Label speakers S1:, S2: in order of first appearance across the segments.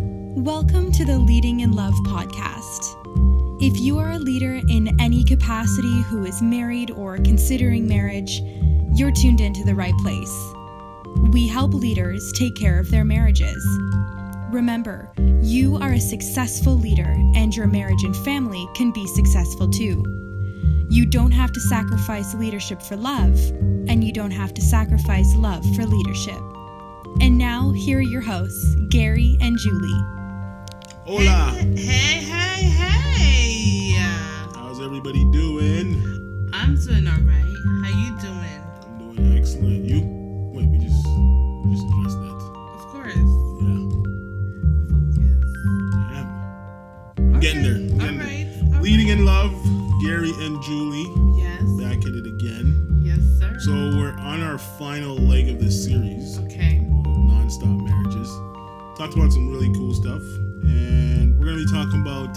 S1: Welcome to the Leading in Love podcast. If you are a leader in any capacity who is married or considering marriage, you're tuned into the right place. We help leaders take care of their marriages. Remember, you are a successful leader, and your marriage and family can be successful too. You don't have to sacrifice leadership for love, and you don't have to sacrifice love for leadership. And now, here are your hosts, Gary and Julie.
S2: Hola.
S3: Hey, hey, hey.
S2: How's everybody doing?
S3: I'm doing all right. How you doing?
S2: I'm doing excellent. You? Wait, we just we just addressed that.
S3: Of course.
S2: Yeah.
S3: Focus.
S2: yeah. I'm getting there. I'm
S3: All
S2: getting there.
S3: right.
S2: Leading in love, Gary and Julie
S3: Yes.
S2: back at it again.
S3: Yes, sir.
S2: So we're on our final leg of this series of
S3: okay.
S2: non-stop marriages. Talked about some really cool stuff, and we're gonna be talking about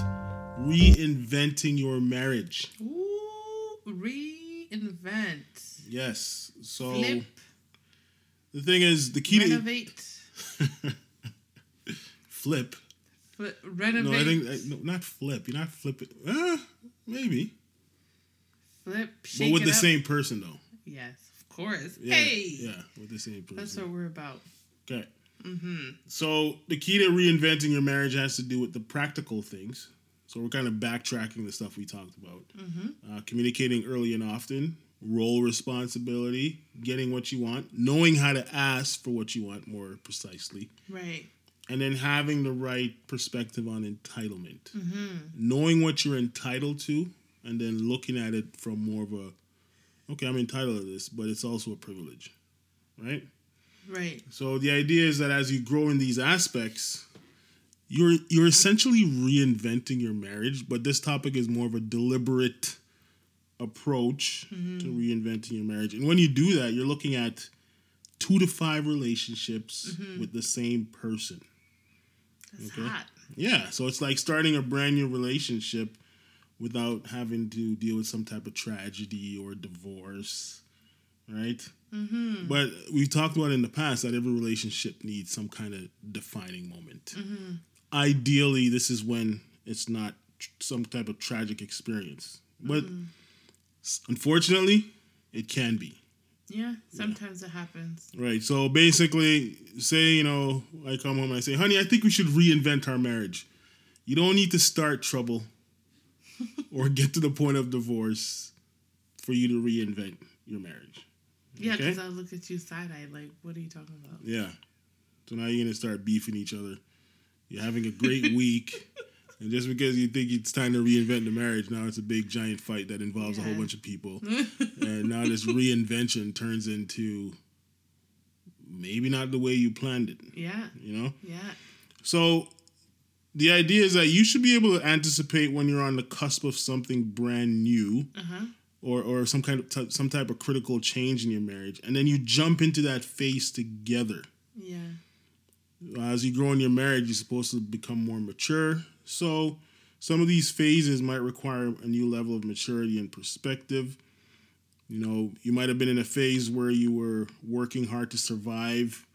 S2: reinventing your marriage.
S3: Ooh, reinvent,
S2: Yes. So
S3: flip,
S2: the thing is, the key
S3: renovate,
S2: to flip.
S3: fli- renovate,
S2: No, I think I, no, not flip. You're not flipping. Uh, maybe,
S3: flip, shake
S2: but with
S3: it
S2: the
S3: up.
S2: same person though.
S3: Yes, of course.
S2: Yeah,
S3: hey,
S2: yeah, with the same person.
S3: that's Mm-hmm. what we're about.
S2: okay. So the key to reinventing your marriage has to do with the practical things. So we're kind of backtracking the stuff we talked about.
S3: Mm-hmm.
S2: Uh, communicating early and often, role responsibility, getting what you want, knowing how to ask for what you want more precisely.
S3: Right.
S2: and then having the right perspective on entitlement, knowing what you're entitled to, and then looking at it from more of a, okay, I'm entitled to this, but it's also a privilege, right?
S3: Right.
S2: So the idea is that as you grow in these aspects, you're you're essentially reinventing your marriage, but this topic is more of a deliberate approach to reinventing your marriage. And when you do that, you're looking at two to five relationships with the same person.
S3: That's
S2: Okay.
S3: hot.
S2: Yeah, so it's like starting a brand new relationship without having to deal with some type of tragedy or divorce, right? Mm-hmm. But we've talked about in the past that every relationship needs some kind of defining moment. Ideally, this is when it's not tr- some type of tragic experience, but s unfortunately, it can be.
S3: Yeah. Sometimes it happens.
S2: Right. So basically, say, you know, I come home and I say, honey, I think we should reinvent our marriage. You don't need to start trouble or get to the point of divorce for you to reinvent your marriage.
S3: Yeah,
S2: Okay.
S3: because I look at you side eye like, what are you talking about?
S2: Yeah. So now you're going to start beefing each other. You're having a great week. And just because you think it's time to reinvent the marriage, now it's a big giant fight that involves a whole
S3: Yeah.
S2: bunch of people. and now this reinvention turns into maybe not the way you planned it,
S3: Yeah.
S2: you know?
S3: Yeah.
S2: So the idea is that you should be able to anticipate when you're on the cusp of something brand new
S3: Uh huh.
S2: or or some kind of t- some type of critical change in your marriage and then you jump into that phase together.
S3: Yeah.
S2: As you grow in your marriage, you're supposed to become more mature. So some of these phases might require a new level of maturity and perspective. You know, you might have been in a phase where you were working hard to survive,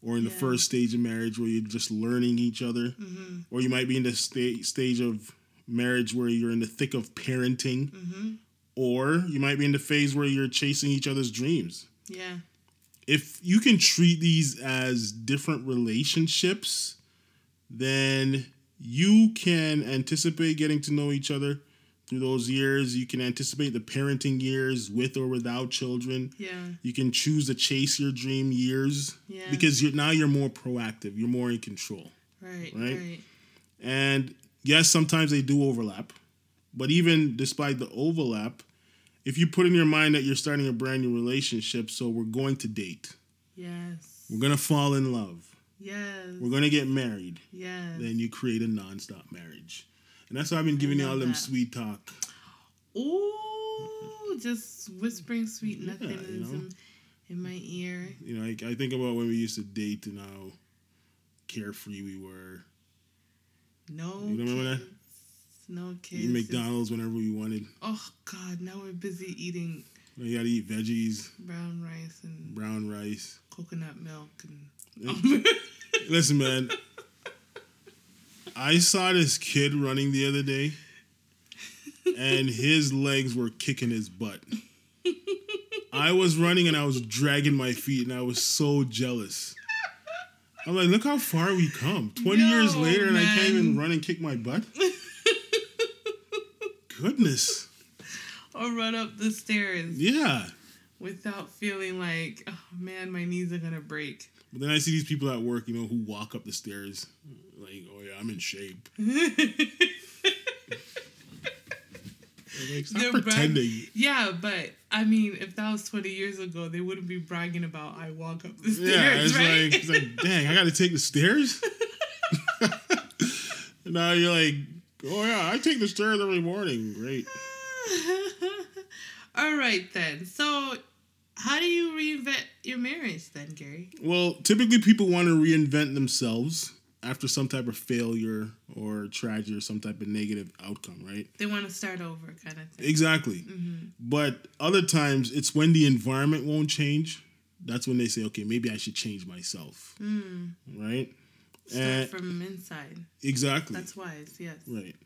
S2: or in the
S3: Yeah.
S2: first stage of marriage where you're just learning each other
S3: Mm-hmm.
S2: or you might be in the sta- stage of marriage where you're in the thick of parenting,
S3: Mm-hmm.
S2: or you might be in the phase where you're chasing each other's dreams.
S3: Yeah.
S2: If you can treat these as different relationships, then you can anticipate getting to know each other through those years. You can anticipate the parenting years with or without children.
S3: Yeah.
S2: You can choose to chase your dream years
S3: Yeah.
S2: because you're now you're more proactive, you're more in control.
S3: right.
S2: right?
S3: Right.
S2: And yes, sometimes they do overlap. But even despite the overlap, if you put in your mind that you're starting a brand new relationship, so we're going to date,
S3: Yes.
S2: we're going to fall in love,
S3: Yes.
S2: we're going to get married,
S3: yes.
S2: then you create a nonstop marriage. And that's why I've been giving you
S3: love
S2: all them
S3: that.
S2: sweet talk.
S3: Ooh, just whispering sweet
S2: Yeah,
S3: nothing
S2: you know.
S3: in, in my ear.
S2: You know, I, I think about when we used to date and how carefree we were.
S3: No.
S2: You remember that?
S3: kids. No kids.
S2: Eat McDonald's whenever we wanted.
S3: Oh God! Now we're busy eating
S2: You got to eat veggies,
S3: brown rice and
S2: brown rice.
S3: coconut milk and.
S2: Listen, man. I saw this kid running the other day, and his legs were kicking his butt. I was running and I was dragging my feet, and I was so jealous. I'm like, look how far we come. 20 years
S3: No,
S2: later, and I can't even
S3: man.
S2: run and kick my butt. Goodness.
S3: or run up the stairs
S2: Yeah.
S3: without feeling like, oh man, my knees are gonna break.
S2: But then I see these people at work, you know, who walk up the stairs. Like, oh yeah, I'm in shape. I'm like, Stop
S3: They're brag-
S2: pretending.
S3: Yeah, but I mean, if that was 20 years ago, they wouldn't be bragging about I walk up the stairs,
S2: Yeah, it's
S3: right?
S2: like it's like, dang, I gotta take the stairs. and now you're like, oh yeah, I take the stairs every morning. Great.
S3: All right then. So, how do you reinvent your marriage then, Gary?
S2: Well, typically people want to reinvent themselves after some type of failure or tragedy or some type of negative outcome, right?
S3: They want to start over, kind of thing.
S2: Exactly.
S3: Mm-hmm.
S2: But other times it's when the environment won't change. That's when they say, okay, maybe I should change myself.
S3: Mm.
S2: Right?
S3: Start
S2: And,
S3: from inside.
S2: exactly.
S3: That's wise. Yes.
S2: Right.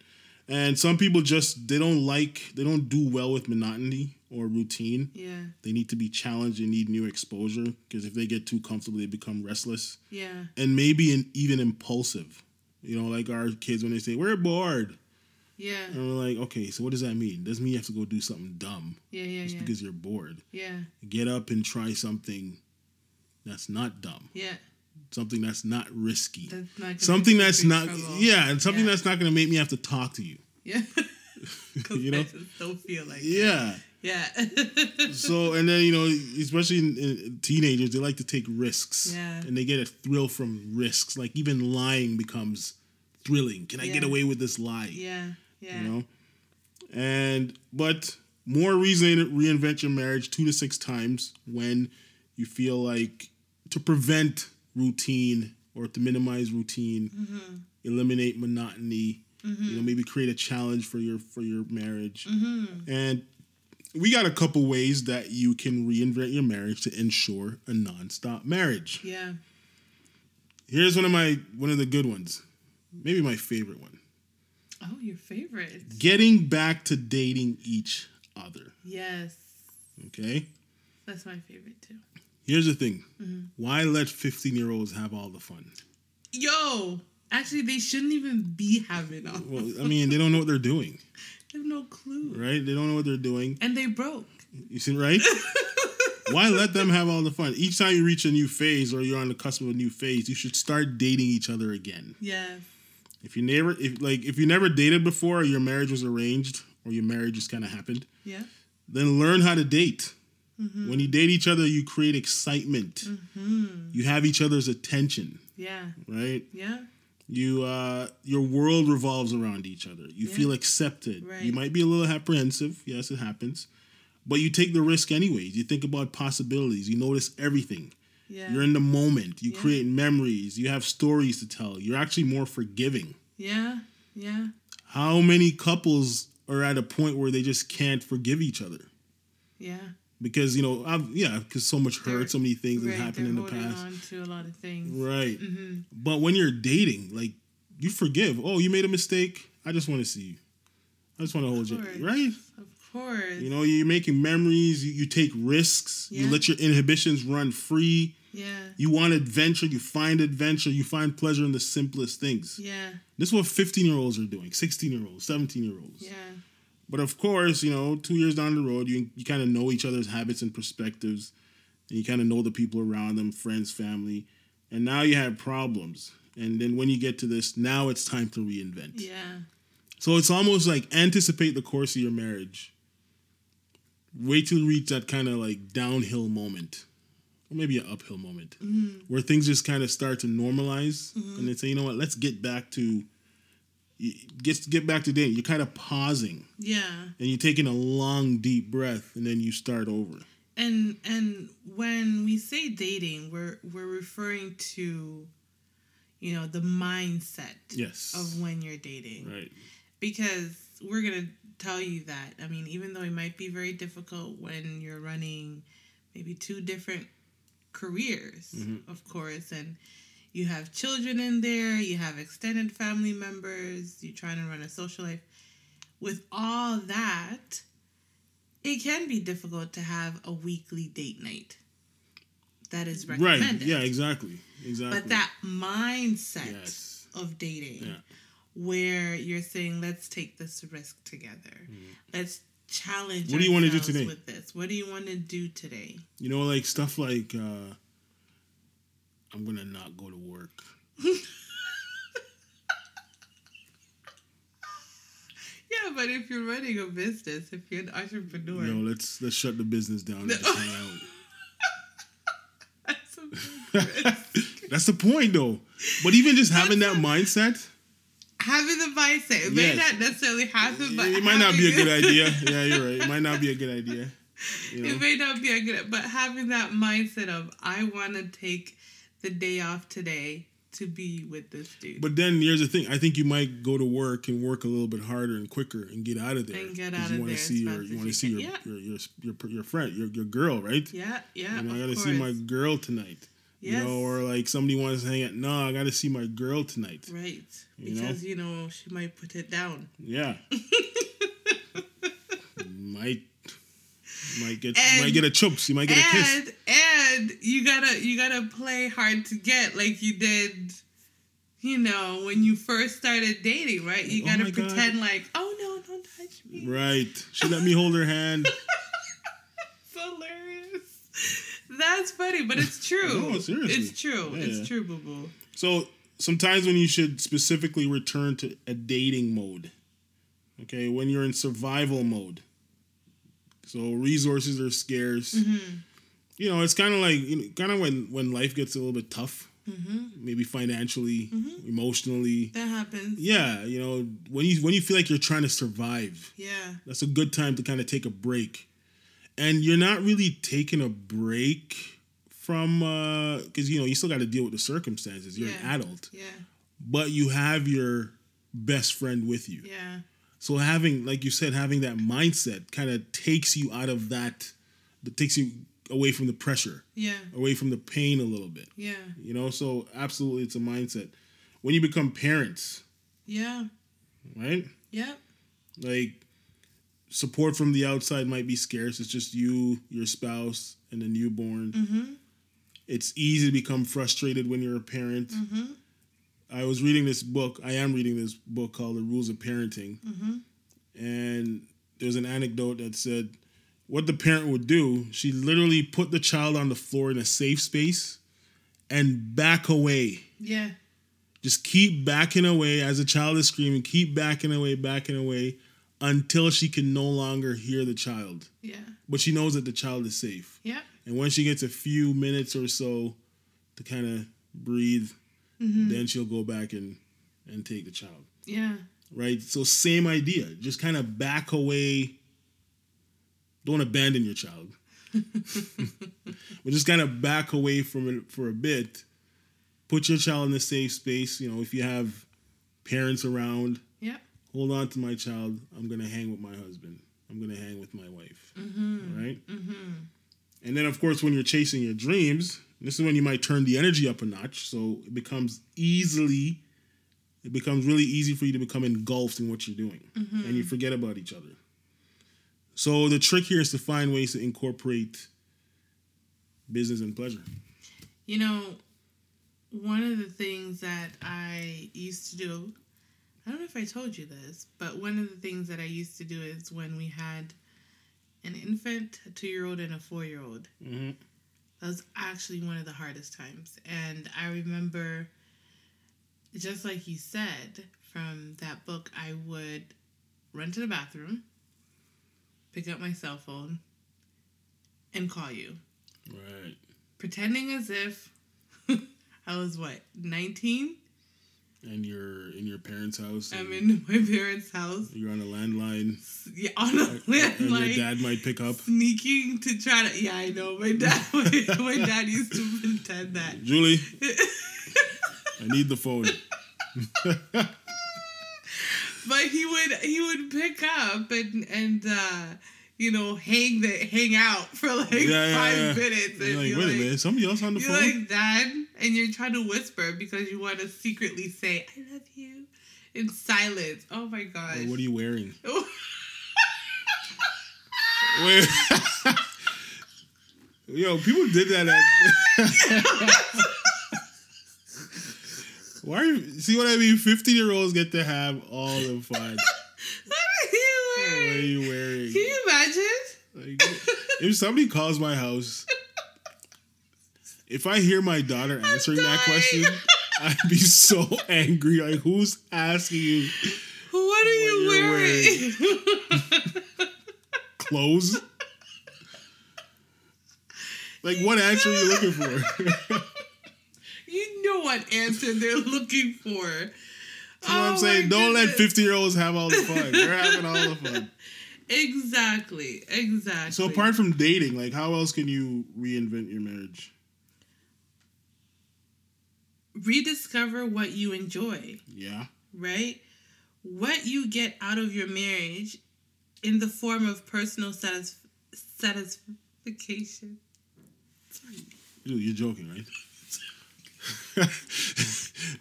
S2: And some people just they don't like they don't do well with monotony or routine.
S3: Yeah.
S2: They need to be challenged. They need new exposure because if they get too comfortable, they become restless
S3: Yeah.
S2: and maybe an, even impulsive. You know, like our kids when they say we're bored,
S3: Yeah.
S2: and we're like, okay, so what does that mean? Doesn't mean you have to go do something dumb
S3: Yeah. Yeah.
S2: just
S3: Yeah.
S2: because you're bored.
S3: Yeah.
S2: Get up and try something that's not dumb,
S3: Yeah.
S2: something that's not risky,
S3: That's not gonna
S2: something
S3: get
S2: that's
S3: you in
S2: not
S3: trouble.
S2: yeah, and something
S3: Yeah.
S2: that's not going to make me have to talk to you.
S3: Yeah.
S2: You know?
S3: Confessions don't feel like it.
S2: Yeah.
S3: Yeah.
S2: So and then you know, especially in, in teenagers, they like to take risks,
S3: Yeah.
S2: and they get a thrill from risks. Like even lying becomes thrilling. Can I get
S3: Yeah.
S2: away with this lie?
S3: yeah. Yeah.
S2: You know, and but more reason to reinvent your marriage two to six times when you feel like to prevent routine or to minimize routine, eliminate monotony. You know, maybe create a challenge for your for your marriage. And we got a couple ways that you can reinvent your marriage to ensure a nonstop marriage.
S3: Yeah.
S2: Here's one of my one of the good ones. Maybe my favorite one.
S3: Oh, your favorite.
S2: Getting back to dating each other.
S3: Yes.
S2: Okay?
S3: That's my favorite too.
S2: Here's the thing. Why let 15 year olds have all the fun?
S3: Yo, actually, they shouldn't even be having all.
S2: Well, I mean, they don't know what they're doing,
S3: They have no clue.
S2: right? They don't know what they're doing.
S3: And they broke.
S2: You see, right? Why let them have all the fun? Each time you reach a new phase or you're on the cusp of a new phase, you should start dating each other again.
S3: Yes.
S2: If you never if like if you never dated before or your marriage was arranged or your marriage just kind of happened,
S3: Yeah.
S2: then learn how to date. When you date each other, you create excitement. You have each other's attention,
S3: Yeah.
S2: right?
S3: Yeah.
S2: You uh your world revolves around each other. You
S3: Yeah.
S2: feel accepted. You
S3: Right.
S2: might be a little apprehensive, yes, it happens. But you take the risk anyways. You think about possibilities. You notice everything.
S3: Yeah.
S2: You're in the moment. You
S3: Yeah.
S2: create memories. You have stories to tell. You're actually more forgiving.
S3: yeah. Yeah.
S2: How many couples are at a point where they just can't forgive each other?
S3: Yeah.
S2: Because, you know, I've, yeah, because so much
S3: They're-
S2: hurt, so many things
S3: Right.
S2: that happened
S3: They're
S2: in the
S3: holding
S2: past.
S3: on to a lot of things.
S2: Right.
S3: Mm-hmm.
S2: But when you're dating, like you forgive. Oh, you made a mistake. I just want to see you. I just want to hold you.
S3: course.
S2: Right.
S3: Of course.
S2: You know, you're making memories. You, you take risks. You
S3: Yeah.
S2: let your inhibitions run free.
S3: Yeah.
S2: You want adventure. You find adventure. You find pleasure in the simplest things.
S3: Yeah.
S2: This is what 15 year olds are doing, 16 year olds, 17 year olds.
S3: Yeah.
S2: But of course, you know, two years down the road, you, you kind of know each other's habits and perspectives, and you kind of know the people around them, friends, family, and now you have problems. And then when you get to this, now it's time to reinvent.
S3: Yeah.
S2: So it's almost like anticipate the course of your marriage. Wait till you reach that kind of like downhill moment, or maybe an uphill moment, where things just kind of start to normalize, and then say, you know what, let's get back to, y- get get back to dating. You're kind of pausing
S3: Yeah.
S2: and you're taking a long deep breath and then you start over
S3: And and when we say dating, we're we're referring to, you know, the mindset
S2: yes
S3: of when you're dating.
S2: right
S3: because we're gonna tell you that. I mean, even though it might be very difficult when you're
S2: Mm-hmm.
S3: running maybe two different careers, of course, and you have children in there, you have extended family members, you're trying to run a social life. With all that, it can be difficult to have a weekly date night. That is
S2: Right.
S3: recommended.
S2: Yeah, exactly. Exactly.
S3: But that mindset
S2: Mm-hmm. Yes.
S3: of dating
S2: Yeah.
S3: where you're saying, let's take this risk together. Let's challenge
S2: Mm-hmm. What do you wanna do
S3: ourselves
S2: today?
S3: with this. What do you want to do today?
S2: You know, like stuff like uh I'm gonna not go to work.
S3: Yeah, but if you're running a business, if you're an entrepreneur,
S2: You know, let's let's shut the business down and just hang out.
S3: that's a big risk.
S2: That's the point though. But even just having that mindset,
S3: having the mindset. It may
S2: Yes.
S3: not necessarily happen, but
S2: it might not be a
S3: having-
S2: good idea. Yeah, you're right. It might not be a good idea. You know?
S3: It may not be a good, but having that mindset of I want to take the day off today to be with this dude.
S2: But then here's the thing. I think you might go to work and work a little bit harder and quicker and get out of there.
S3: And get
S2: 'Cause
S3: out
S2: you
S3: of
S2: wanna
S3: there
S2: See
S3: as
S2: your,
S3: fast
S2: you
S3: as
S2: want
S3: you
S2: to see your,
S3: can.
S2: your, your your your friend, your your girl, right?
S3: yeah, yeah.
S2: You know, I
S3: of
S2: gotta see my
S3: course.
S2: girl tonight. You
S3: Yes.
S2: know, or like somebody wants to hang out. No, I gotta see my girl tonight.
S3: Right.
S2: You know?
S3: because, you know, she might put it down.
S2: Yeah. might might get
S3: And-
S2: might get a chumps. You might get a kiss.
S3: And and you gotta you gotta play hard to get like you did, you know, when you first started dating, right? You
S2: Oh
S3: gotta
S2: my God.
S3: pretend like, oh no, don't touch me.
S2: Right. She let me hold her hand.
S3: It's hilarious. That's funny, but it's true.
S2: No, seriously.
S3: It's true.
S2: Yeah,
S3: it's
S2: yeah.
S3: true, boo boo.
S2: So sometimes when you should specifically return to a dating mode. Okay, when you're in survival mode. So resources are scarce. You know, it's kind of like you know, kind of when when life gets a little bit tough, maybe financially, emotionally.
S3: That happens.
S2: Yeah, you know, when you when you feel like you're trying to survive,
S3: Yeah.
S2: that's a good time to kind of take a break and you're not really taking a break from uh because you know you still got to deal with the circumstances you're an
S3: Yeah.
S2: adult
S3: Yeah.
S2: but you have your best friend with you
S3: Yeah.
S2: so having like you said having that mindset kind of takes you out of that that takes you away from the pressure
S3: Yeah.
S2: away from the pain a little bit
S3: Yeah.
S2: you know so absolutely it's a mindset when you become parents
S3: Yeah.
S2: right
S3: Yep.
S2: like support from the outside might be scarce it's just you your spouse and the newborn it's easy to become frustrated when you're a parent i was reading this book i am reading this book called the rules of parenting and there's an anecdote that said what the parent would do she literally put the child on the floor in a safe space and back away
S3: Yeah.
S2: just keep backing away as the child is screaming keep backing away backing away until she can no longer hear the child
S3: Yeah.
S2: but she knows that the child is safe
S3: Yep.
S2: and when she gets a few minutes or so to kind of breathe then she'll go back and and take the child
S3: Yeah.
S2: right so same idea just kind of back away don't abandon your child but just kind of back away from it for a bit put your child in a safe space you know if you have parents around
S3: Yep.
S2: hold on to my child i'm gonna hang with my husband i'm gonna hang with my wife right and then of course when you're chasing your dreams this is when you might turn the energy up a notch so it becomes easily it becomes really easy for you to become engulfed in what you're doing and you forget about each other so the trick here is to find ways to incorporate business and pleasure
S3: You know, one of the things that I used to do, I don't know if I told you this, but one of the things that I used to do is when we had an infant, a two year old, and a four year old.
S2: Mhm.
S3: That was actually one of the hardest times. And I remember, just like you said from that book, I would run to the bathroom, pick up my cell phone, and call you
S2: right
S3: pretending as if I was what, 19?
S2: and you're in your parents house and
S3: I'm in my parents' house
S2: you're on a landline
S3: yeah, on a
S2: and your
S3: landline.
S2: dad might pick up
S3: Sneaking to try to, yeah, I know. My dad, my, my dad used to pretend that.
S2: Julie, I need the phone.
S3: But he would, he would pick up and and uh, you know, hang the hang out for like
S2: yeah,
S3: five
S2: yeah.
S3: minutes.
S2: You're
S3: and
S2: like,
S3: you're
S2: wait
S3: like-
S2: a minute, somebody else on the
S3: You're
S2: phone?
S3: like that, and you're trying to whisper because you want to secretly say "I love you" in silence. Oh my gosh!
S2: Or what are you wearing? Wait. Yo, people did that at. Why are you, see what I mean? 15 year olds get to have all the fun.
S3: what are you
S2: what
S3: wearing?
S2: are you wearing?
S3: Can you imagine?
S2: Like, if somebody calls my house, if I hear my daughter answering that
S3: dying.
S2: question, I'd be so angry. Like, who's asking you?
S3: What are you
S2: What you're
S3: wearing?
S2: Clothes? Like, what answer are you looking for?
S3: you know what answer they're looking for. Oh That's
S2: That's what I'm saying. Don't let 50 year olds have all the fun. You're having all the fun.
S3: Exactly. Exactly.
S2: So, apart from dating, like, how else can you reinvent your marriage?
S3: rediscover what you enjoy.
S2: Yeah.
S3: right? What you get out of your marriage in the form of personal satisf- satisfaction.
S2: Dude, you're joking, right?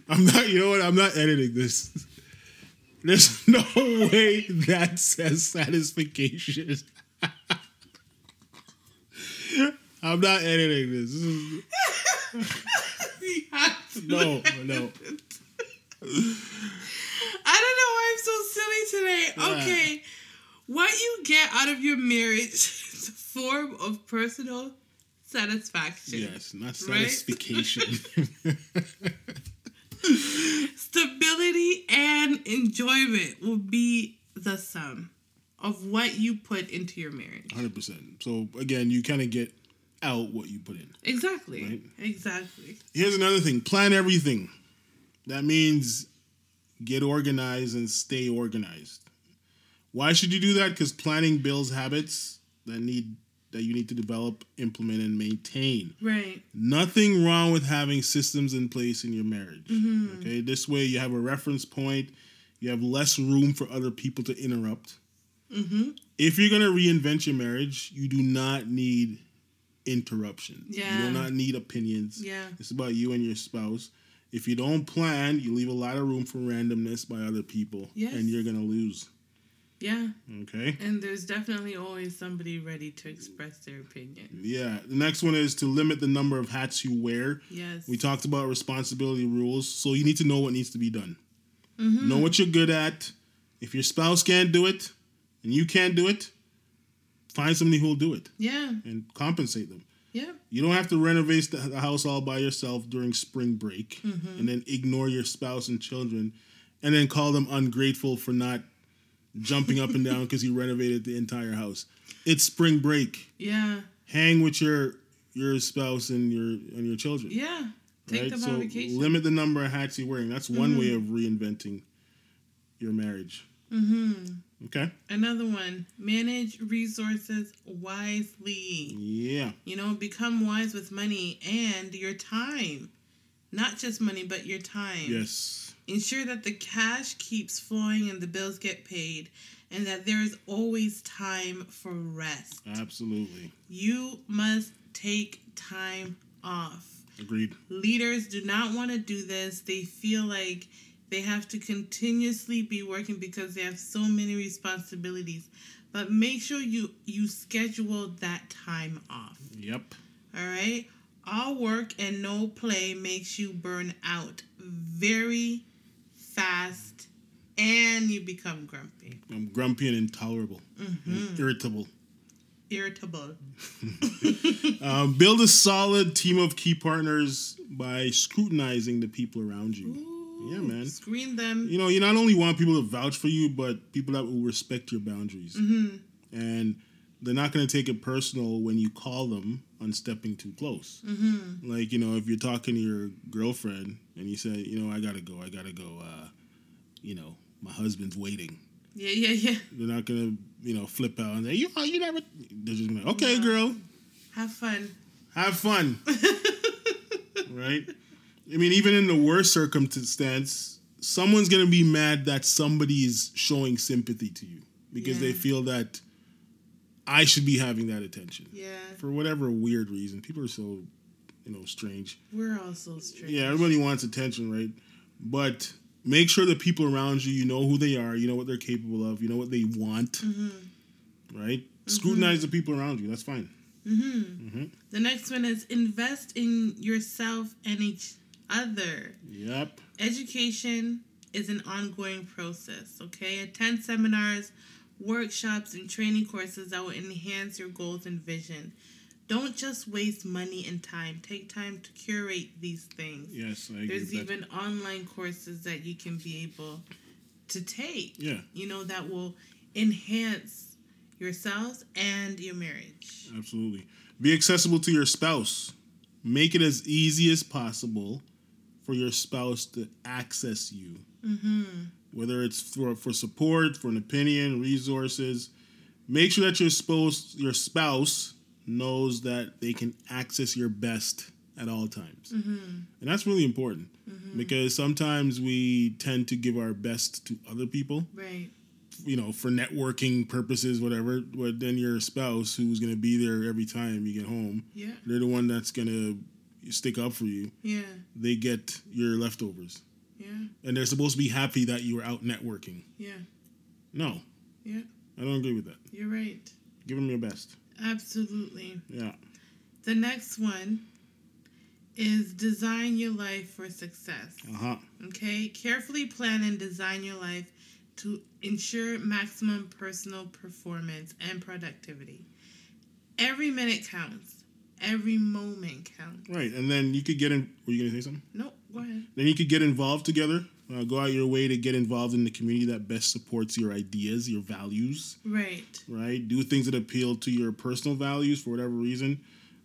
S2: I'm not, you know what? I'm not editing this. There's no way that says satisfaction. I'm not editing this. This is-
S3: You have to
S2: No,
S3: look at
S2: no.
S3: it. I don't know why I'm so silly today.
S2: Yeah.
S3: Okay. What you get out of your marriage is a form of personal satisfaction.
S2: Yes, not
S3: Right?
S2: satisfaction.
S3: Stability and enjoyment will be the sum of what you put into your marriage.
S2: 100%. So, again, you kind of get out what you put in.
S3: Exactly.
S2: Right.
S3: Exactly.
S2: Here's another thing plan everything. That means get organized and stay organized. Why should you do that? Because planning builds habits that need that you need to develop, implement, and maintain.
S3: Right.
S2: Nothing wrong with having systems in place in your marriage.
S3: Mm-hmm.
S2: Okay, this way you have a reference point. You have less room for other people to interrupt.
S3: Mm-hmm.
S2: If you're gonna reinvent your marriage, you do not need interruptions. You
S3: Yeah.
S2: do not need opinions.
S3: Yeah.
S2: It's about you and your spouse. If you don't plan, you leave a lot of room for randomness by other people,
S3: Yes.
S2: and you're gonna lose.
S3: Yeah.
S2: Okay.
S3: And there's definitely always somebody ready to express their opinion.
S2: Yeah. The next one is to limit the number of hats you wear.
S3: Yes.
S2: We talked about responsibility rules, so you need to know what needs to be done. Know what you're good at. If your spouse can't do it and you can't do it, find somebody who'll do it
S3: yeah.
S2: and compensate them.
S3: Yeah.
S2: You don't have to renovate the the house all by yourself during spring break and then ignore your spouse and children and then call them ungrateful for not jumping up and down because you renovated the entire house. It's spring break.
S3: Yeah.
S2: Hang with your your spouse and your and your children.
S3: Yeah. Take them on
S2: So
S3: vacation.
S2: limit the number of hats you're wearing. That's one way of reinventing your marriage. Mm-hmm. Okay.
S3: Another one. Manage resources wisely.
S2: Yeah.
S3: You know, become wise with money and your time. Not just money, but your time.
S2: Yes.
S3: Ensure that the cash keeps flowing and the bills get paid, and that there is always time for rest.
S2: Absolutely.
S3: You must take time off.
S2: Agreed.
S3: Leaders do not want to do this. They feel like they have to continuously be working because they have so many responsibilities. But make sure you you schedule that time off.
S2: Yep.
S3: All right? All work and no play makes you burn out very fast and you become grumpy,
S2: I'm grumpy and intolerable, and irritable.
S3: irritable.
S2: Um, build a solid team of key partners by scrutinizing the people around you. Yeah, man.
S3: Screen them.
S2: You know, you not only want people to vouch for you, but people that will respect your boundaries. And they're not going to take it personal when you call them on stepping too close. Like, you know, if you're talking to your girlfriend and you say, you know, I got to go, I got to go, uh, you know, my husband's waiting.
S3: Yeah, yeah, yeah.
S2: They're not going to, you know, flip out and say, you, you never. They're just gonna be like, okay, girl,
S3: Have fun.
S2: have fun. right? I mean, even in the worst circumstance, someone's going to be mad that somebody is showing sympathy to you because they
S3: Yeah.
S2: feel that I should be having that attention
S3: Yeah.
S2: for whatever weird reason. People are so, you know, strange.
S3: We're all so strange.
S2: Yeah, everybody wants attention, right? But make sure the people around you, you know who they are, you know what they're capable of, you know what they want,
S3: Mm-hmm.
S2: right? Scrutinize the people around you. That's fine.
S3: The next one is invest in yourself and each other.
S2: Yep.
S3: Education is an ongoing process, okay? Attend seminars, workshops, and training courses that will enhance your goals and vision. Don't just waste money and time. Take time to curate these things.
S2: Yes, I agree.
S3: There's
S2: With that.
S3: even online courses that you can be able to take,
S2: Yeah,
S3: you know, that will enhance yourselves and your marriage.
S2: absolutely. Be accessible to your spouse. Make it as easy as possible for your spouse to access you. Whether it's for, for support, for an opinion, resources, make sure that your spouse, your spouse knows that they can access your best at all times. And that's really important because sometimes we tend to give our best to other people.
S3: Right.
S2: you know, for networking purposes, whatever. But then your spouse, who's going to be there every time you get home,
S3: Yeah.
S2: they're the one that's going to stick up for you.
S3: Yeah.
S2: They get your leftovers,
S3: Yeah.
S2: and they're supposed to be happy that you were out networking.
S3: Yeah.
S2: No,
S3: Yeah.
S2: I don't agree with that.
S3: You're right.
S2: Give them your best.
S3: Absolutely.
S2: Yeah,
S3: The next one is design your life for success.
S2: uh huh.
S3: Okay? Carefully plan and design your life to ensure maximum personal performance and productivity. Every minute counts, every moment counts.
S2: Right, and then you could get in. Were you going to say something?
S3: No, go ahead.
S2: Then you could get involved together. Uh, go out your way to get involved in the community that best supports your ideas, your values.
S3: Right.
S2: right? Do things that appeal to your personal values for whatever reason.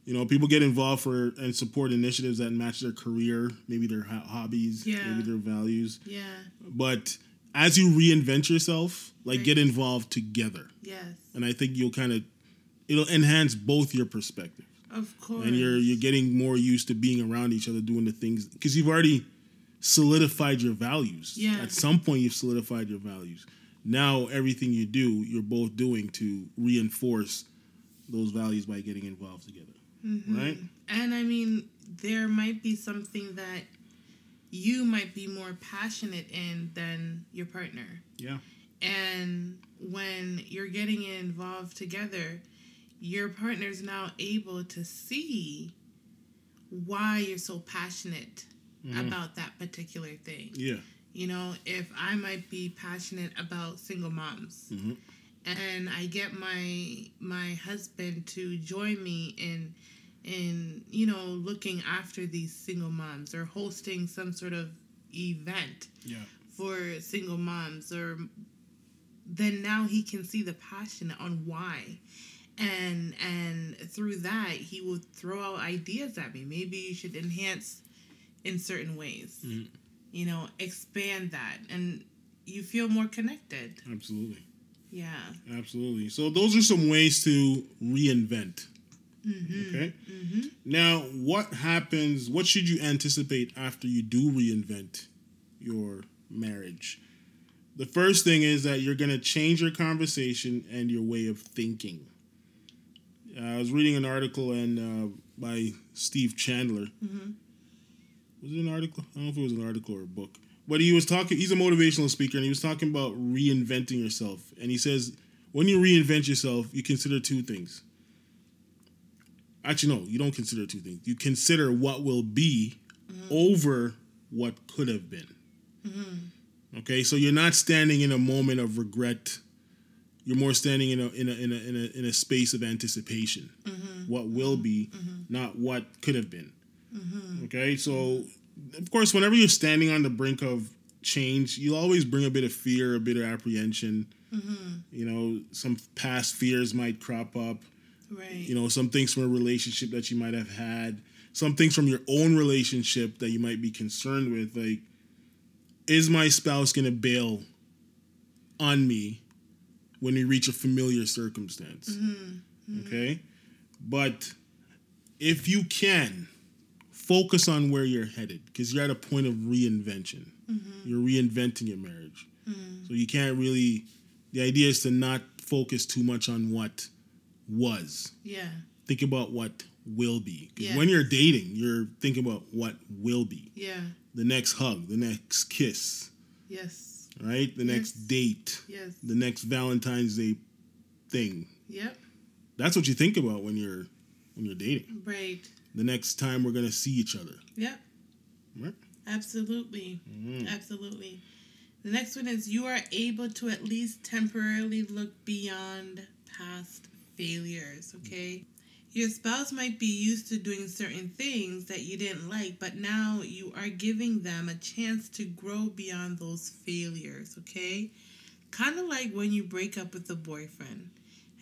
S2: You know, people get involved for and support initiatives that match their career, maybe their ho- hobbies,
S3: Yeah.
S2: maybe their values.
S3: Yeah.
S2: But as you reinvent yourself, like
S3: Right.
S2: get involved together,
S3: Yes.
S2: and I think you'll kind of it'll enhance both your perspective,
S3: Of course.
S2: and you're you're getting more used to being around each other, doing the things because you've already solidified your values.
S3: Yeah.
S2: At some point, you've solidified your values. Now, everything you do, you're both doing to reinforce those values by getting involved together. Right?
S3: And I mean, there might be something that you might be more passionate in than your partner.
S2: Yeah.
S3: And when you're getting involved together, your partner's now able to see why you're so passionate about that particular thing.
S2: Yeah.
S3: You know, if I might be passionate about single moms
S2: Mhm.
S3: and I get my my husband to join me in in you know looking after these single moms or hosting some sort of event
S2: Yeah.
S3: for single moms or then now he can see the passion on why and and through that he will throw out ideas at me maybe you should enhance in certain ways you know expand that and you feel more connected
S2: Absolutely.
S3: yeah
S2: Absolutely. So those are some ways to reinvent. Okay. Now, what happens? What should you anticipate after you do reinvent your marriage? The first thing is that you're going to change your conversation and your way of thinking. Uh, I was reading an article and uh, by Steve Chandler. Was it an article? I don't know if it was an article or a book. But he was talking. He's a motivational speaker, and he was talking about reinventing yourself. And he says, when you reinvent yourself, you consider two things. Actually, no, you don't consider two things. You consider what will be over what could have been. Okay, so you're not standing in a moment of regret. You're more standing in a in a in a in a, in a space of anticipation. What will be, not what could have been. Okay, so of course, whenever you're standing on the brink of change, you'll always bring a bit of fear, a bit of apprehension. You know, some past fears might crop up.
S3: right
S2: You know, some things from a relationship that you might have had, some things from your own relationship that you might be concerned with. Like, is my spouse going to bail on me when we reach a familiar circumstance? Okay. But if you can, focus on where you're headed because you're at a point of reinvention. You're reinventing your marriage. So you can't really, the idea is to not focus too much on what was.
S3: Yeah.
S2: Think about what will be. 'Cause
S3: Yes.
S2: when you're dating, you're thinking about what will be.
S3: Yeah.
S2: The next hug, the next kiss,
S3: Yes.
S2: right? The next
S3: Yes.
S2: date,
S3: Yes.
S2: the next Valentine's Day thing.
S3: Yep.
S2: That's what you think about when you're when you're dating.
S3: Right.
S2: The next time we're gonna see each other.
S3: Yep.
S2: Right?
S3: Absolutely.
S2: Mhm.
S3: Absolutely. The next one is you are able to at least temporarily look beyond past failures, okay? Your spouse might be used to doing certain things that you didn't like, but now you are giving them a chance to grow beyond those failures, okay? Kind of like when you break up with a boyfriend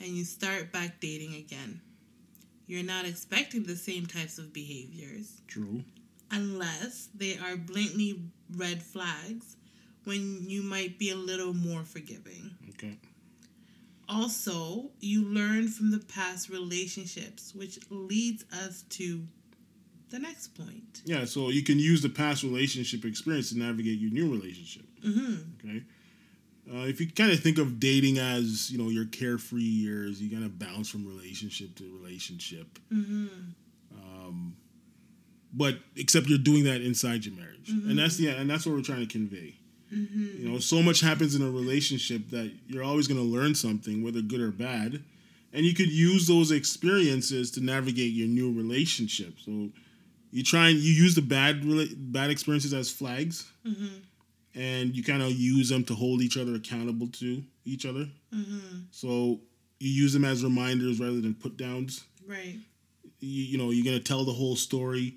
S3: and you start back dating again. You're not expecting the same types of behaviors
S2: True.
S3: unless they are blatantly red flags when you might be a little more forgiving.
S2: Okay.
S3: Also, you learn from the past relationships, which leads us to the next point.
S2: Yeah, so you can use the past relationship experience to navigate your new relationship.
S3: Mm-hmm.
S2: Okay. Uh, if you kind of think of dating as you know your carefree years, you kind of bounce from relationship to relationship.
S3: Mm-hmm.
S2: Um, but except you're doing that inside your marriage,
S3: Mhm.
S2: and that's the and that's what we're trying to convey.
S3: Mm-hmm.
S2: You know, so much happens in a relationship that you're always going to learn something, whether good or bad, and you could use those experiences to navigate your new relationship. So you try and you use the bad rela- bad experiences as flags
S3: Mm-hmm.
S2: and you kind of use them to hold each other accountable to each other.
S3: Mm-hmm.
S2: So you use them as reminders rather than put downs.
S3: Right.
S2: You, you know, you're going to tell the whole story.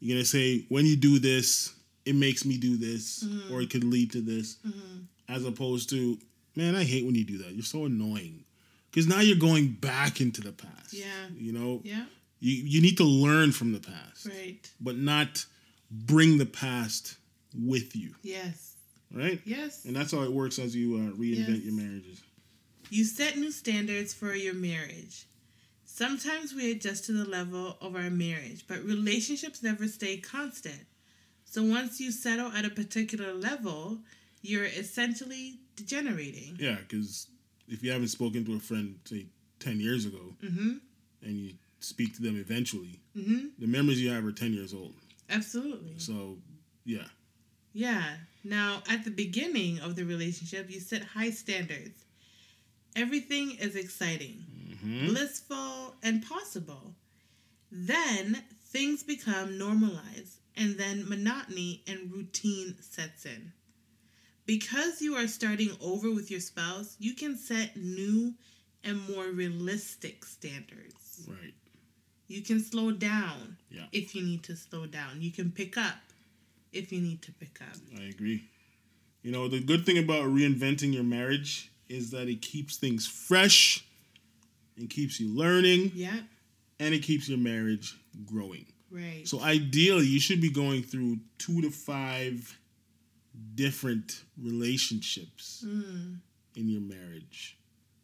S2: You're going to say, when you do this, it makes me do this,
S3: Mhm.
S2: or it could lead to this,
S3: Mm-hmm.
S2: as opposed to, man, I hate when you do that. You're so annoying. Because now you're going back into the past.
S3: Yeah.
S2: You know,
S3: Yeah.
S2: you, you need to learn from the past,
S3: Right.
S2: but not bring the past with you,
S3: Yes.
S2: right?
S3: Yes.
S2: And that's how it works as you uh, reinvent
S3: Yes.
S2: your marriages.
S3: You set new standards for your marriage. Sometimes we adjust to the level of our marriage, but relationships never stay constant. So once you settle at a particular level, you're essentially degenerating.
S2: Yeah, because if you haven't spoken to a friend, say, 10 years ago,
S3: Mm-hmm.
S2: and you speak to them eventually,
S3: Mm-hmm.
S2: the memories you have are 10 years old.
S3: Absolutely.
S2: So, yeah.
S3: Yeah. Now, at the beginning of the relationship, you set high standards. Everything is exciting.
S2: Mm-hmm.
S3: blissful, and possible. Then things become normalized, and then monotony and routine sets in. Because you are starting over with your spouse, you can set new and more realistic standards.
S2: Right.
S3: You can slow down
S2: Yeah.
S3: if you need to slow down. You can pick up if you need to pick up.
S2: I agree. You know, the good thing about reinventing your marriage is that it keeps things fresh, it keeps you learning,
S3: Yeah,
S2: and it keeps your marriage growing.
S3: right.
S2: So, ideally, you should be going through two to five different relationships.
S3: Mm,
S2: in your marriage.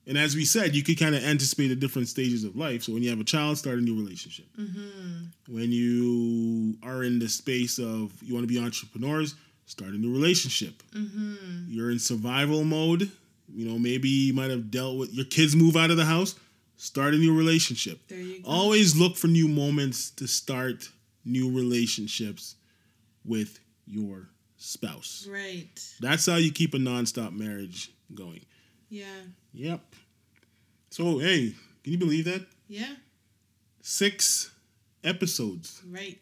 S2: And as we said, you could kind of anticipate the different stages of life. So when you have a child, start a new relationship.
S3: mm-hmm.
S2: When you are in the space of you want to be entrepreneurs, start a new relationship.
S3: Mm-hmm.
S2: You're in survival mode. You know, maybe you might have dealt with your kids move out of the house, start a new relationship.
S3: There you go.
S2: Always look for new moments to start new relationships with your spouse.
S3: Right.
S2: That's how you keep a nonstop marriage going.
S3: Yeah.
S2: Yep. So hey, can you believe that?
S3: Yeah.
S2: Six episodes
S3: Right.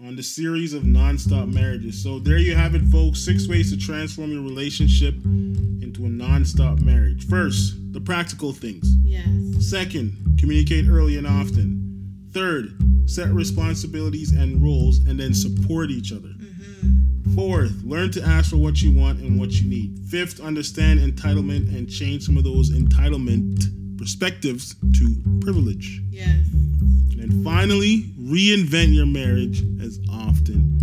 S2: on the series of nonstop marriages. So there you have it, folks. Six ways to transform your relationship into a nonstop marriage. First, the practical things.
S3: Yes.
S2: Second, communicate early and often. Third, set responsibilities and roles and then support each other. Mm-hmm. Fourth, learn to ask for what you want and what you need. Fifth, understand entitlement and change some of those entitlement perspectives to privilege.
S3: Yes.
S2: And finally, reinvent your marriage as often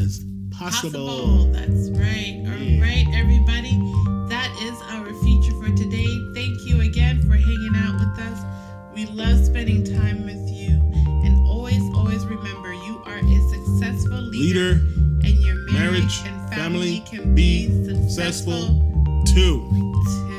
S2: as possible.
S3: That's right.
S2: Yeah.
S3: All right, everybody. That is our feature for today. Thank you again for hanging out with us. We love spending time with you. And always, always remember you are a successful leader,
S2: Leader
S3: and your
S2: marriage,
S3: marriage, and
S2: family
S3: family, can be
S2: be
S3: successful
S2: two.
S3: too.